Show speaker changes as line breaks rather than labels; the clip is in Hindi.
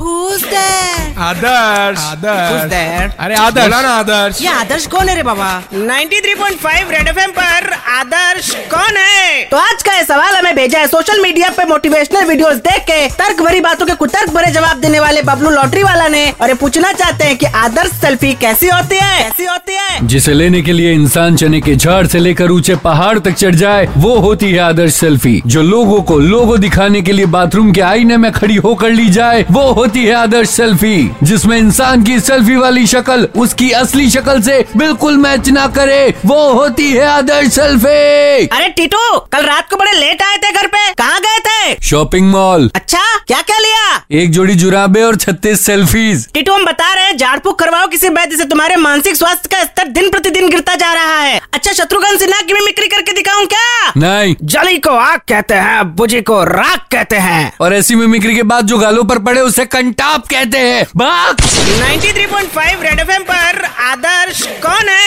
who's there?
Adarsh
Who's
Adarsh
there?
अरे आदर्श बोला ना आदर्श
ये आदर्श कौन है रे बाबा
93.5 रेड एफएम पर आदर्श कौन है
तो आज का ये सवाल हमें भेजा है सोशल मीडिया पे मोटिवेशनल वीडियोस देख के तर्क भरी बातों के कुतर्क भरे जवाब देने वाले बबलू लॉटरी वाला ने और ये पूछना चाहते हैं कि आदर्श सेल्फी कैसी होती है कैसी होती है
जिसे लेने के लिए इंसान चने के झाड़ से लेकर ऊंचे पहाड़ तक चढ़ जाए वो होती है आदर्श सेल्फी जो लोगों को लोगो दिखाने के लिए बाथरूम के आईने में खड़ी होकर ली जाए वो होती है आदर्श सेल्फी जिसमें इंसान की सेल्फी वाली शक्ल उसकी असली शक्ल से बिल्कुल मैच ना करे वो होती है आदर्श सेल्फी
अरे टीटू कल रात को बड़े लेट आए थे घर पे कहाँ गए थे
शॉपिंग मॉल
अच्छा क्या क्या लिया
एक जोड़ी जुराबे और छत्तीस सेल्फीज
टीटू हम बता रहे हैं झाड़ फूक करवाओ किसी वैद्य से तुम्हारे मानसिक स्वास्थ्य का स्तर दिन प्रतिदिन गिरता जा रहा है अच्छा शत्रुघ्न सिन्हा की मिमिक्री करके दिखाऊं क्या
नहीं
जली को आग कहते हैं बुझी को राग कहते हैं
और ऐसी मिमिक्री के बाद जो गालों पर पड़े उसे कंटाप कहते हैं बाक
93.5 रेड एफएम पर आदर्श कौन है